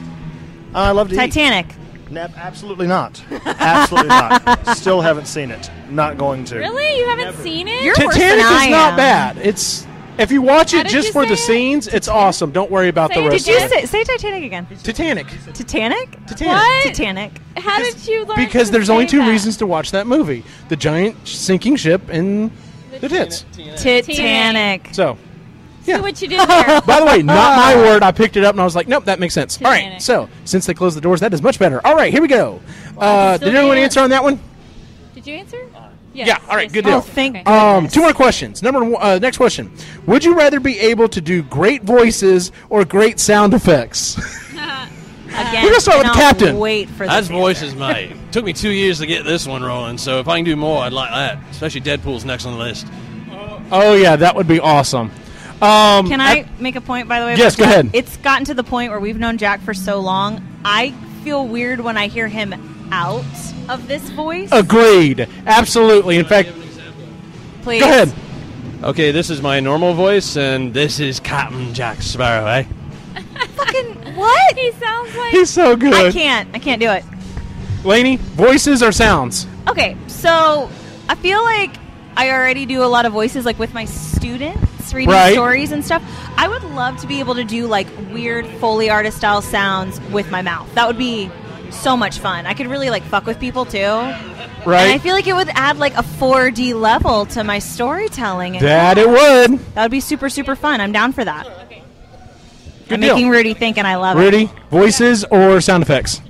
I love to eat.
Titanic.
No, absolutely not. Absolutely not. Still haven't seen it. Not going to.
Really, you haven't seen it?
Titanic is not bad. It's if you watch it just for the scenes, it's awesome. Don't worry about the rest.
Did you
of it.
say, say Titanic again?
Titanic?
Titanic.
Titanic.
What? Titanic.
How did you learn?
Because
to
there's only
say
two
that?
reasons to watch that movie: the giant sinking ship and the tits.
Titanic.
So,
See what you did there.
by the way, not my word. I picked it up and I was like, nope, that makes sense. All right. So, since they closed the doors, that is much better. All right, here we go. Uh,
Still
did anyone
can't.
answer on that one?
Did you answer? Yes.
Yeah. All right. Good
Oh,
deal.
yes. Okay.
um, two more questions. Number one, uh, next question: Would you rather be able to do great voices or great sound effects?
Again,
We're gonna start with the
cannot
captain.
Wait for
That's
this.
voices, mate. Took me two years to get this one rolling, so if I can do more, I'd like that. Especially Deadpool's next on the list.
oh yeah, that would be awesome. Um,
Can I make a point, by the way?
Yes, go ahead.
It's gotten to the point where we've known Jack for so long. I feel weird when I hear him out of this voice.
Oh, Agreed. Absolutely. In fact,
Please.
go ahead.
Okay, this is my normal voice, and this is Captain Jack Sparrow, eh?
Fucking what?
He sounds like
He's so good.
I can't. I can't do it.
Laney, voices or sounds?
Okay, so I feel like I already do a lot of voices, like with my students reading
Right.
stories and stuff. I would love to be able to do like weird Foley artist style sounds with my mouth. That would be so much fun. I could really like fuck with people too.
Right.
And I feel like it would add like a 4D level to my storytelling.
That it would.
That would be super, super fun. I'm down for that.
Good
I'm
deal.
making Rudy think, and I love it.
Rudy, voices or sound effects?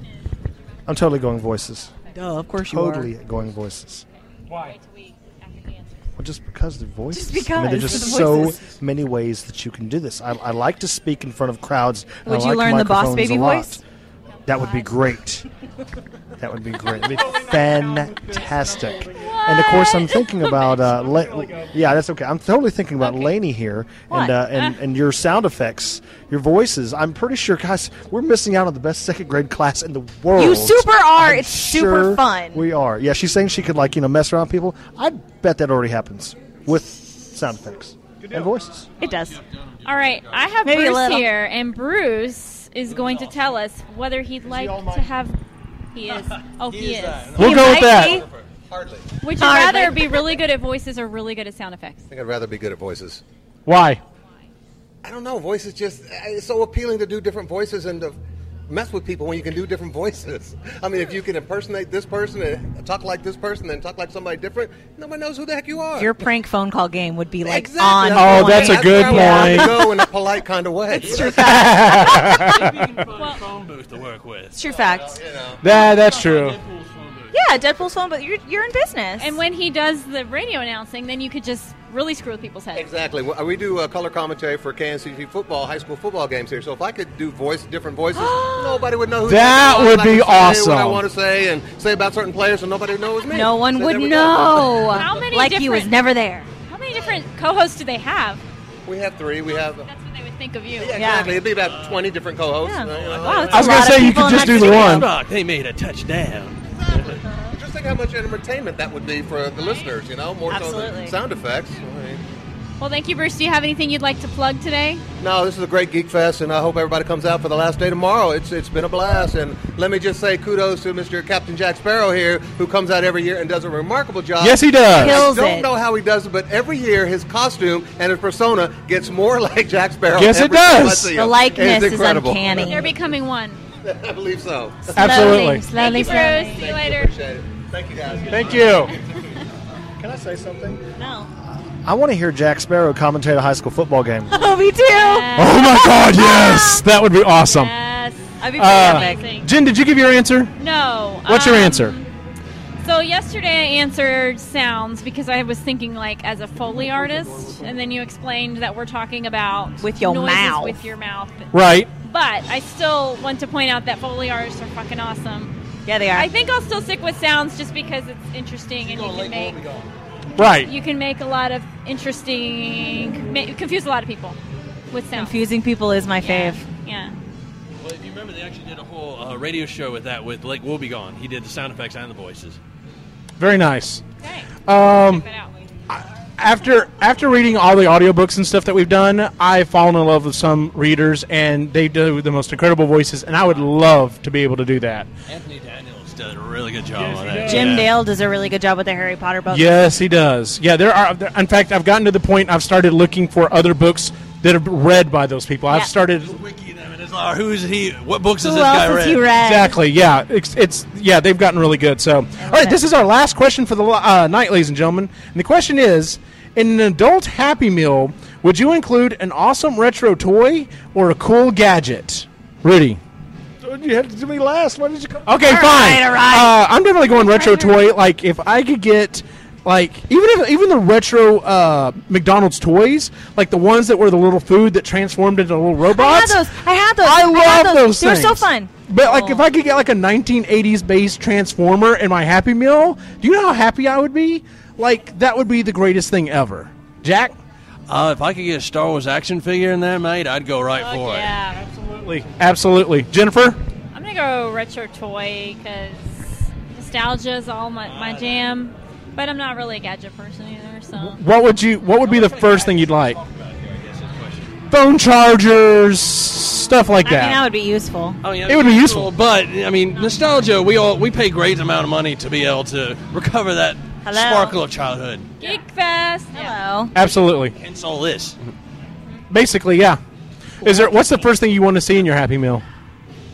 I'm totally going voices.
Duh, of course you are.
totally going voices.
Why?
Well, just because the voices.
Just
I mean,
because
there's just
the
so
voices.
many ways that you can do this. I, I like to speak in front of crowds. and
Would
I
you
like
learn the Boss
microphones
Baby
a lot.
voice?
That would be great. That would be great. It'd be fantastic. And of course, I'm thinking about. Uh, La- yeah, that's okay. I'm totally thinking about Laney here
What?
and uh, and and your sound effects, your voices. I'm pretty sure, guys, we're missing out on the best second grade class in the world.
You super are.
I'm
It's super
sure
fun.
We are. Yeah, she's saying she could like you know mess around with people. I bet that already happens with sound effects and voices.
It does.
All right, I have
Maybe a
Bruce
little.
here, and Bruce is going to tell us whether he'd like to have. He is. Oh, he, is.
We'll
He
go with
might
that.
be.
Hardly.
Would you
Hardly.
rather be really good at voices or really good at sound effects?
I think I'd rather be good at voices.
Why?
I don't know. Voices just, it's so appealing to do different voices and to mess with people when you can do different voices. I mean, if you can impersonate this person and talk like this person and talk like somebody different, nobody knows who the heck you are.
Your prank phone call game would be like on.
Exactly.
Oh,
what
that's
I mean.
a good
where I would
point.
go in a polite kind of way. It's
true
Well- phone booth to work with.
It's true facts.
That that's true.
Yeah, Deadpool's phone, but you're, you're in business.
And when he does the radio announcing, then you could just really screw with people's heads.
Exactly. Well, We do uh, color commentary for KNCC football, high school football games here. So if I could do voice, different voices, nobody would know who the
That
heck I was,
would
and I
be
could say What I
awesome.
want to say and say about certain players, and nobody would know it was me.
no one
So
would
there we go.
know.
How many
like he was
different-
never there.
How many different co-hosts do they have?
We have three. We have. Yeah,
That's what they would think of you.
exactly. It'd be about 20 different Uh, co hosts.
I was a gonna lot of say you people could in just that do the studio. one.
They made a touchdown.
Just think how much entertainment that would be for the listeners, you know? More so
Absolutely.
than sound effects. I mean,
Well, thank you, Bruce. Do you have anything you'd like to plug today?
No, this is a great Geek Fest, and I hope everybody comes out for the last day tomorrow. It's it's been a blast, and let me just say kudos to Mr. Captain Jack Sparrow here, who comes out every year and does a remarkable job.
Yes, he does. Kills
I don't
it.
know how he does it, but every year his costume and his persona gets more like Jack Sparrow.
Yes, it
every time I
does.
see him.
The
It's
likeness is
incredible.
They're becoming one.
I believe so.
Absolutely.
Slowly,
Thank you,
slowly.
Bruce.
See you
Thank
later.
Appreciate it. Thank you, guys.
Thank you.
Can I say something?
No.
I want to hear Jack Sparrow commentate a high school football game.
Oh, me too.
Oh my God! Yes, that would be awesome.
Yes.
I'd be
Uh, Jen, did you give your answer?
No.
What's your
um,
answer?
So yesterday I answered sounds because I was thinking like as a foley artist, and then you explained that we're talking about
With your
noises
mouth.
with your mouth.
Right.
But I still want to point out that foley artists are fucking awesome.
Yeah, they are.
I think I'll still stick with sounds just because it's interesting and you can make
Right.
you can make a lot of interesting ma- confuse a lot of people with sounds.
Confusing people is my fave.
Yeah.
Well, if you remember, they actually did a whole uh, radio show with that with Blake Woebegone. He did the sound effects and the voices.
Very nice. Um, I- after after reading all the audiobooks and stuff that we've done, I've fallen in love with some readers, and they do the most incredible voices, and I would love to be able to do that.
Anthony Daniels did a really good job on that.
Jim
Yeah.
Dale does a really good job with the Harry Potter books.
Yes, he does. Yeah, there are. there- in fact, I've gotten to the point I've started looking for other books that are read by those people. I've
Yeah.
started.
Oh, who's he? What books has
Who
this
else
guy
has
read?
he Exactly. Yeah. It's, it's yeah. They've gotten really good. So, all right. This is our last question for the uh, night, ladies and gentlemen. And the question is: In an adult Happy Meal, would you include an awesome retro toy or a cool gadget? Rudy.
You had to do me last. Why did you come?
Okay, fine. Uh, I'm definitely going retro toy. Like if I could get. Like even if even the retro uh, McDonald's toys, like the ones that were the little food that transformed into little
I had
robots,
those. I had those.
I
had
love those
They were so
things.
fun. Oh.
But like, if I could get like a 1980s based Transformer in my Happy Meal, do you know how happy I would be? Like, that would be the greatest thing ever. Jack,
Uh, if I could get a Star Wars action figure in there, mate, I'd go right for
Yeah. Absolutely.
absolutely. Jennifer,
I'm gonna go retro toy because nostalgia is all my, my jam. But I'm not really a gadget person either, so
what would you? What would be the first thing you'd like? Phone chargers, stuff like that.
be useful.
Oh, yeah,
It would be useful.
but I mean, nostalgia. We all we pay great amount of money to be able to recover that
Hello?
sparkle of childhood.
Geek Fest. Hello.
absolutely.
Hence all this.
Basically, yeah. Is there? What's the first thing you want to see in your Happy Meal?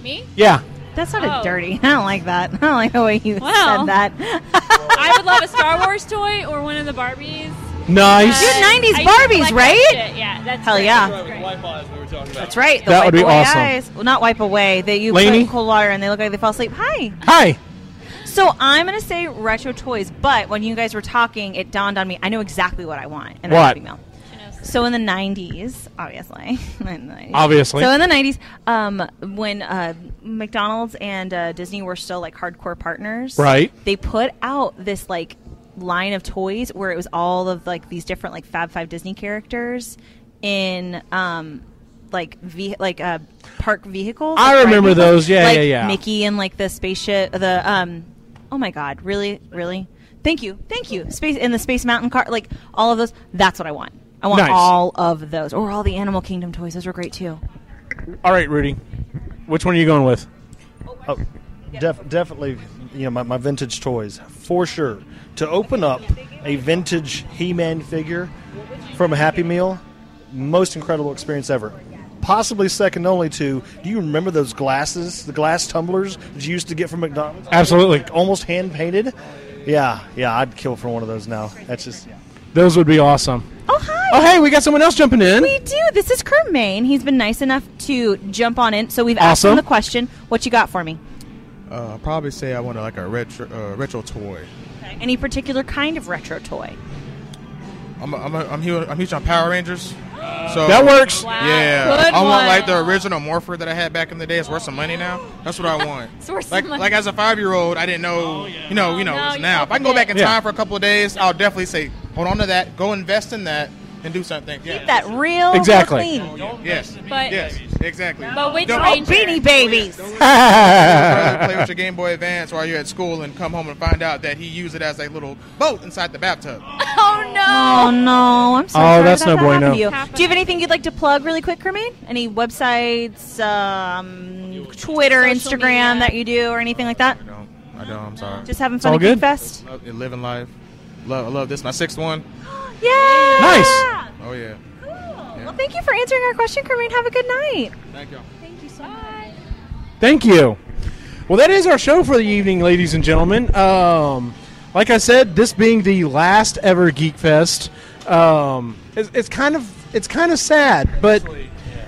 Me?
Yeah.
That's not a dirty. I don't like that. I don't like the way you
Wow.
said that.
I would love a Star Wars toy or one of the Barbies. Uh,
Nice.
You're 90s
I used to
Barbies,
collect that
right?
shit. Yeah, that's
Hell
great.
yeah.
That's great.
That's right. the
That would be
wipe away
awesome.
Eyes. Well, not wipe away. That you
Lainey?
put in cold water and they look like they fall asleep. Hi.
Hi.
So I'm gonna say retro toys, but when you guys were talking, it dawned on me. I know exactly what I want. in a
What?
Happy Meal. So in the '90s, obviously, In the 90s.
Obviously.
So in the '90s, um, when uh, McDonald's and uh, Disney were still like hardcore partners,
Right.
They put out this like line of toys where it was all of like these different like Fab Five Disney characters in um, like ve- like uh, park vehicles.
I
like, ride
remember
vehicles.
those. Yeah,
like
yeah, yeah.
Mickey and like the spaceship. The um, oh my god, really, really. Thank you, thank you. Space in the Space Mountain car, like all of those. That's what I want. I want
Nice.
all of those, or all the Animal Kingdom toys. Those were great too.
All right, Rudy. Which one are you going with?
Oh, def- definitely, you know, my, my vintage toys, for sure. To open up a vintage He Man figure from a Happy Meal, most incredible experience ever. Possibly second only to, do you remember those glasses, the glass tumblers that you used to get from McDonald's?
Absolutely.
Like, almost hand painted? Yeah, yeah, I'd kill for one of those now. That's just.
Those would be awesome.
Oh hi!
Oh, hey, we got someone else jumping in.
We do. This is Kurt Main. He's been nice enough to jump on in. So we've asked
Awesome.
him the question, "What you got for me?"
Uh, I'll probably say I wanted like a retro uh, retro toy.
Any particular kind of retro toy?
I'm a, I'm a, I'm, huge, I'm huge on Power Rangers. So
That works.
Uh,
Ah.
Wow.
Yeah,
Good
I
one.
want like the original Morpher that I had back in the day. It's worth some money now. That's what I want.
It's worth some
like
money.
like as a five year old, I didn't
Oh,
know. You know, you know.
no,
it's
you
now, if I can go back in
Yeah.
time for a couple of days, I'll definitely say, hold on to that. Go invest in that and do something. Yeah.
That real,
Exactly.
real clean.
Yes.
But-
yes. Exactly.
But Witch
Don't-
Ranger.
Oh, Beanie Babies.
Rather play with your Game Boy Advance while you're at school and come home and find out that he used it as a little boat inside the bathtub.
Oh
no! Oh no! I'm so
Oh,
sorry
that's
that
no
that happened
bueno.
to you. Do you have anything you'd like to plug really quick, Kermaine? Any websites, um, Twitter, Instagram that you do, or anything like that?
I know. I'm sorry.
Just having It's fun all at good. Geek Fest?
Love, and living life. Love, I love this. My sixth one.
Yeah.
Nice.
Oh yeah.
Well, thank you for answering our question, Kermaine. Have a good night.
Thank you.
Thank you so much.
Thank you. Well, that is our show for the evening, ladies and gentlemen. Um, like I said, this being the last ever Geek Fest, um, it's, it's kind of it's kind of sad, but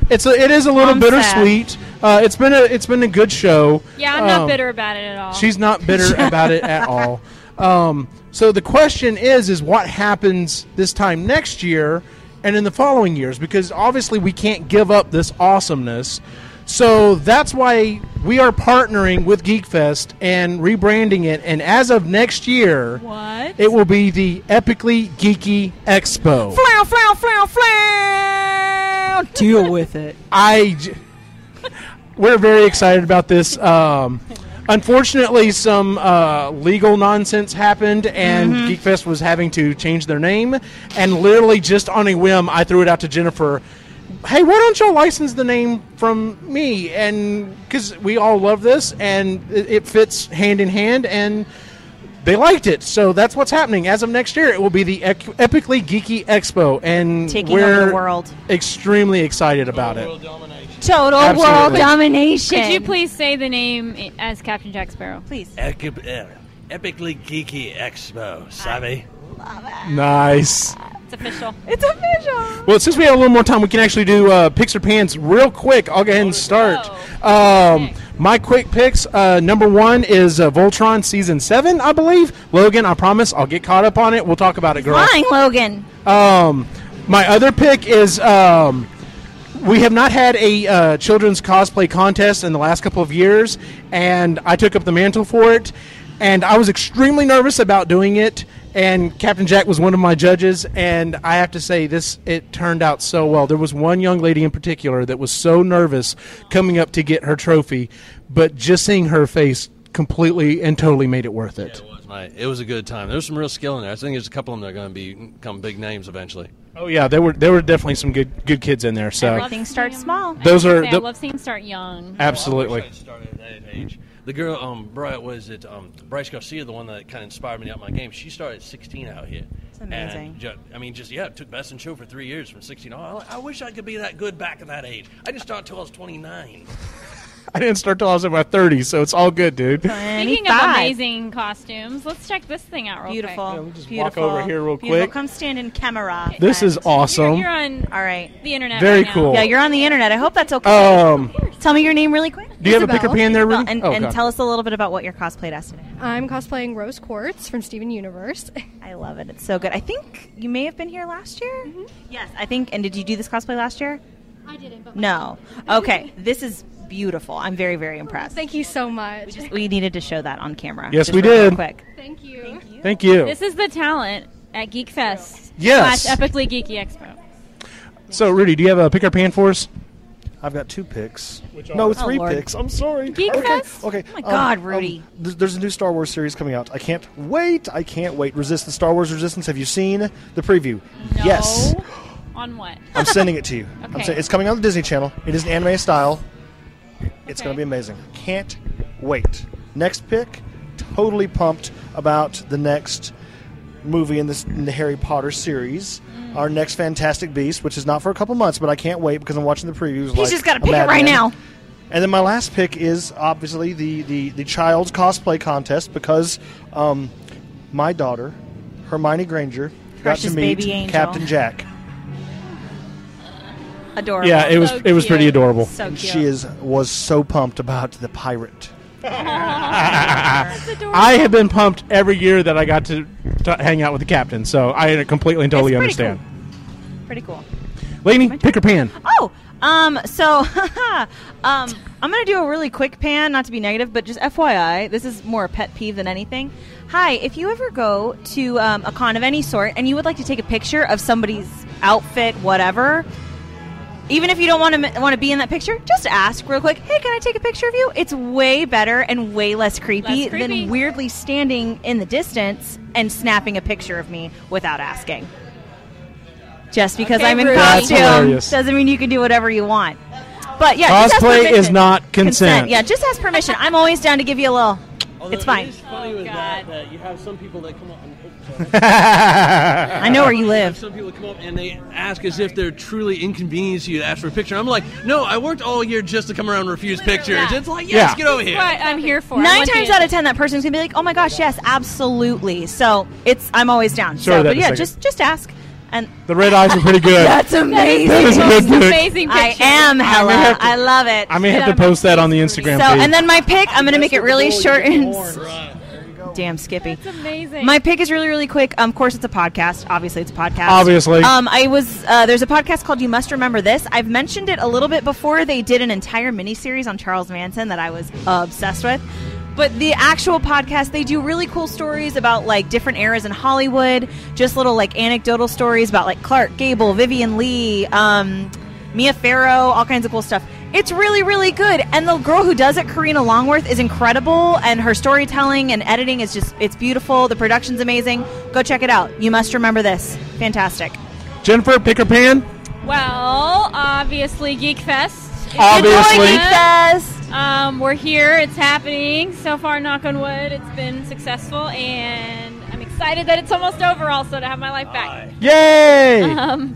it's a, it is a little
I'm
bittersweet. Uh, it's been a it's been a good show.
Yeah, I'm not
Um,
bitter about it at all.
She's not bitter about it at all. Um, so the question is, is what happens this time next year and in the following years? Because obviously we can't give up this awesomeness. So that's why we are partnering with GeekFest and rebranding it. And as of next year,
What?
it will be the Epically Geeky Expo.
Flow, flow, flow, flow. Deal with it.
I. J- we're very excited about this. Um, unfortunately, some uh, legal nonsense happened, and
Mm-hmm.
Mhm.
GeekFest was having to change their name. And literally, just on a whim, I threw it out to Jennifer. Hey, why don't y'all license the name from me? And because we all love this, and it, it fits hand in hand, and they liked it. So that's what's happening. As of next year, it will be the Ec- Epically Geeky Expo, and
Taking over
we're
the world.
extremely excited about it.
Total
Absolutely.
world domination.
Could you please say the name i- as Captain Jack Sparrow? Please.
Ec- uh, Epically Geeky Expo, sabe?
Nice.
It's official.
It's official.
Well, since we have a little more time, we can actually do uh, picks or pans real quick. I'll go ahead and start. Um, my quick picks. Uh, number one is uh, Voltron season seven, I believe. Logan, I promise, I'll get caught up on it. We'll talk about it, girl.
Flying Logan.
Um, my other pick is um, we have not had a uh, children's cosplay contest in the last couple of years, and I took up the mantle for it. And I was extremely nervous about doing it, and Captain Jack was one of my judges. And I have to say, this it turned out so well. There was one young lady in particular that was so nervous coming up to get her trophy, but just seeing her face completely and totally made it worth it.
It was my- It was a good time. There was some real skill in there. I think there's a couple of them that are going to be, become big names eventually.
Oh yeah, there were there were definitely some good good kids in there. So
Everything
starts small.
Those are
I
the-
love seeing start young.
Absolutely.
The girl, um, Bri was it um, Bryce Garcia, the one that kind of inspired me out my game. She started at 16 out here. It's
amazing.
I mean, just yeah, took best in show for three years from 16. Oh, I, I wish I could be that good back at that age. I didn't start until I was 29.
I didn't start till I was in my 30s, so it's all good, dude.
Speaking of amazing costumes, let's check this thing out real
Beautiful.
quick.
Beautiful.
over here real
Beautiful.
quick.
Come stand in camera.
This is awesome.
You're on
all right
the internet.
Very cool.
Yeah, you're on the internet. I hope that's okay.
Um,
tell me your name really quick.
do you have a pick or
Isabel.
pan there, Ruby?
And,
Oh,
and
God.
tell us a little bit about what your cosplay asked today.
I'm cosplaying Rose Quartz from Steven Universe.
I love it. It's so good. I think you may have been here last year. Yes, I think. And did you do this cosplay last year?
I didn't, but
No. Okay. this is beautiful. I'm very, very impressed.
thank you so much.
We needed to show that on camera.
Yes,
just
we
real
did.
Quick.
Thank you. Thank you.
Thank you.
This is the talent at Geek Fest.
Yes.
Slash Epically Geeky Expo.
so, Rudy, do you have a pick or pan for us?
I've got two picks.
are
no,
they?
three
Oh, Lord.
picks. I'm sorry.
Geek
okay.
Fest?
Okay.
Oh my
um,
God,
um,
Rudy.
th- there's a new Star Wars series coming out. I can't wait. I can't wait. Resistance, Star Wars Resistance. Have you seen the preview? Yes.
On what?
I'm sending it to you. I'm
Okay.
sen- it's coming on the Disney Channel. It is an anime style. It's going to be amazing. Can't wait. Next pick. Totally pumped about the next movie in this in the Harry Potter series.
Mm.
Our next Fantastic Beast, which is not for a couple months, but I can't wait because I'm watching the previews.
He's
like
just got to
a
pick it right
madman.
now.
And then my last pick is obviously the the the child cosplay contest because um, my daughter, Hermione Granger,
Precious
got to meet
baby angel.
Captain Jack.
Adorable.
Yeah, it was it was pretty adorable.
So
And
Oh, cute.
She is was so pumped about the pirate.
I have been pumped every year that I got to t- hang out with the captain, so I completely and totally
It's pretty
understand.
pretty cool.
Lady, pick or pan?
Oh, um, so um, I'm gonna do a really quick pan, not to be negative, but just FYI, this is more a pet peeve than anything. Hi, if you ever go to um, a con of any sort and you would like to take a picture of somebody's outfit, whatever, even if you don't want to want to be in that picture, just ask real quick. Hey, can I take a picture of you? It's way better and way less creepy,
Less creepy.
than weirdly standing in the distance and snapping a picture of me without asking. Just because
Okay,
I'm in
Rudy. That's
costume
hilarious.
doesn't mean you can do whatever you want. But yeah, just ask
Cosplay is
permission.
not consent.
Yeah, just ask permission. I'm always down to give you a little.
Although
it's fine.
It is funny with that, that you have some people that come up and
I know where you live.
Some people come up and they ask as if they're truly inconvenienced. You to ask for a picture. I'm like, no, I worked all year just to come around and refuse pictures. It's like, yes,
Yeah.
get over here.
What I'm here for. I
Nine
want
times
you.
out of ten, that person's gonna be like, "Oh my gosh, yes, absolutely." So it's I'm always down.
Sure, that
so, but
in a
yeah,
second.
just just ask. And
The red eyes are pretty good.
That's amazing.
That is a good pic.
I am hella.
have to-
I love it.
I may have to post that on the Instagram
So
page.
and then my pick, I'm gonna make it really short and. Damn, Skippy. That's
amazing.
My pick is really, really quick. Um, of course, it's a podcast. Obviously, it's a podcast.
Obviously.
Um, I was uh, there's a podcast called You Must Remember This. I've mentioned it a little bit before. They did an entire miniseries on Charles Manson that I was obsessed with. But the actual podcast, they do really cool stories about like different eras in Hollywood. Just little like anecdotal stories about like Clark Gable, Vivian Lee, um, Mia Farrow, all kinds of cool stuff. It's really, really good. And the girl who does it, Karina Longworth, is incredible. And her storytelling and editing is just, it's beautiful. The production's amazing. Go check it out. You must remember this. Fantastic.
Jennifer, pick or pan?
Well, obviously Geek Fest.
Obviously. Enjoy Geek
Fest.
Um, we're here. It's happening. So far, knock on wood, it's been successful, and I'm excited that it's almost over. Also, to have my life back.
Yay!
Uh-huh.
Um,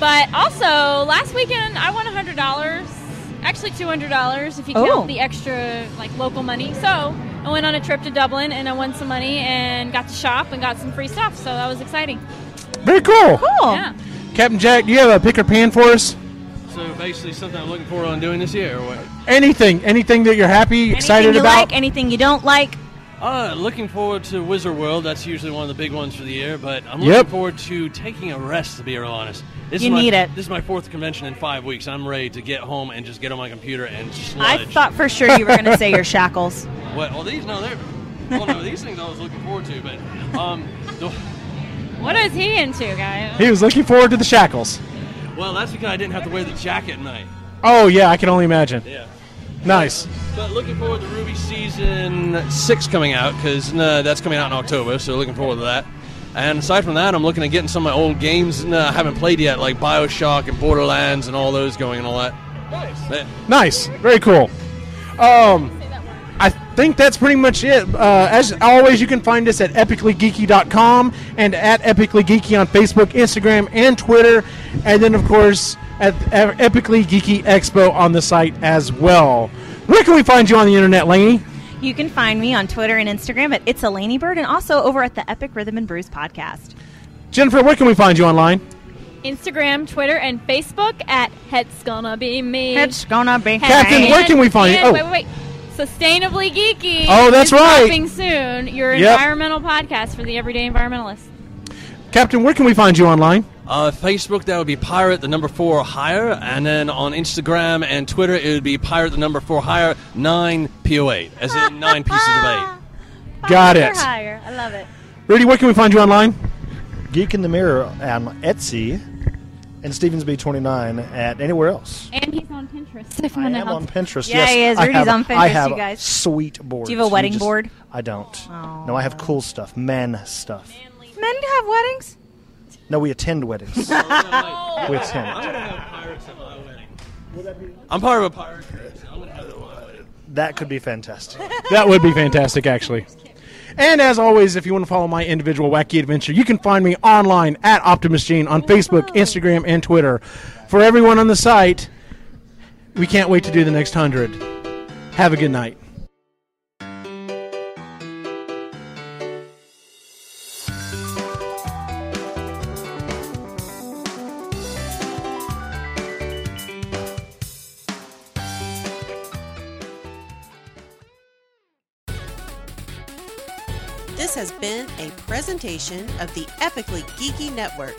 but also, last weekend I won hundred dollars. Actually, two hundred dollars if you
Oh.
count the extra like local money. So I went on a trip to Dublin and I won some money and got to shop and got some free stuff. So that was exciting.
Very cool.
Yeah.
Captain Jack, do you have a pick or pan for us?
So basically, something I'm looking forward on doing this year. Or what?
Anything, anything that you're happy, excited
anything you
about?
like, anything you don't like.
Uh, looking forward to Wizard World. That's usually one of the big ones for the year. But I'm
Yep.
looking forward to taking a rest. To be real honest,
You
is my,
need it.
This is my fourth convention in five weeks. I'm ready to get home and just get on my computer and sludge.
I thought for sure you were going to say your shackles.
What? Well, these no, they're. Well, no, these things I was looking forward to, but um, the,
What is he into, guys?
He was looking forward to the shackles.
well, that's because I didn't have to wear the jacket at night.
Oh yeah, I can only imagine.
Yeah.
Nice.
But looking forward to Ruby season six coming out because uh, that's coming out in October. So looking forward to that. And aside from that, I'm looking at getting some of my old games uh, I haven't played yet, like Bioshock and Borderlands and all those going and all that. Nice.
Nice. Very cool. Um, I think that's pretty much it. Uh, as always, you can find us at epicallygeeky.com and at epicallygeeky on Facebook, Instagram, and Twitter. And then, of course, at E- Epically Geeky Expo on the site as well. Where can we find you on the internet, Laney?
You can find me on Twitter and Instagram at It's Elaney Bird and also over at the Epic Rhythm and Brews podcast.
Jennifer, where can we find you online?
Instagram, Twitter, and Facebook at Head's Gonna Be Me.
It's gonna be
Captain,
And-
where can we find you?
and-
Oh.
Wait, wait, wait. Sustainably Geeky.
Oh, that's
is
right.
dropping soon. Your
Yep.
environmental podcast for the everyday environmentalist.
Captain, where can we find you online?
Uh, Facebook, that would be Pirate the number four or higher. And then on Instagram and Twitter, it would be Pirate the number four higher, nine PO8, as in nine pieces of eight.
Got it.
Higher. I love it.
Rudy, where can we find you online?
Geek in the Mirror on Etsy and Stevens B29 at anywhere else.
And he's on Pinterest. If
I am on Pinterest.
Yeah,
yes,
he is.
I
Rudy's
have-
on
I
Pinterest,
have
you guys.
Sweet boards.
Do you have a wedding
just-
board?
I don't. No, I have cool stuff, man stuff.
Men have weddings?
No, we attend weddings. we attend.
I'm part of a pirate.
That could be fantastic.
that would be fantastic, actually. And as always, if you want to follow my individual wacky adventure, you can find me online at Optimus Gene on Facebook, Instagram, and Twitter. For everyone on the site, we can't wait to do the next hundred. Have a good night.
This has been a presentation of the Epically Geeky Network.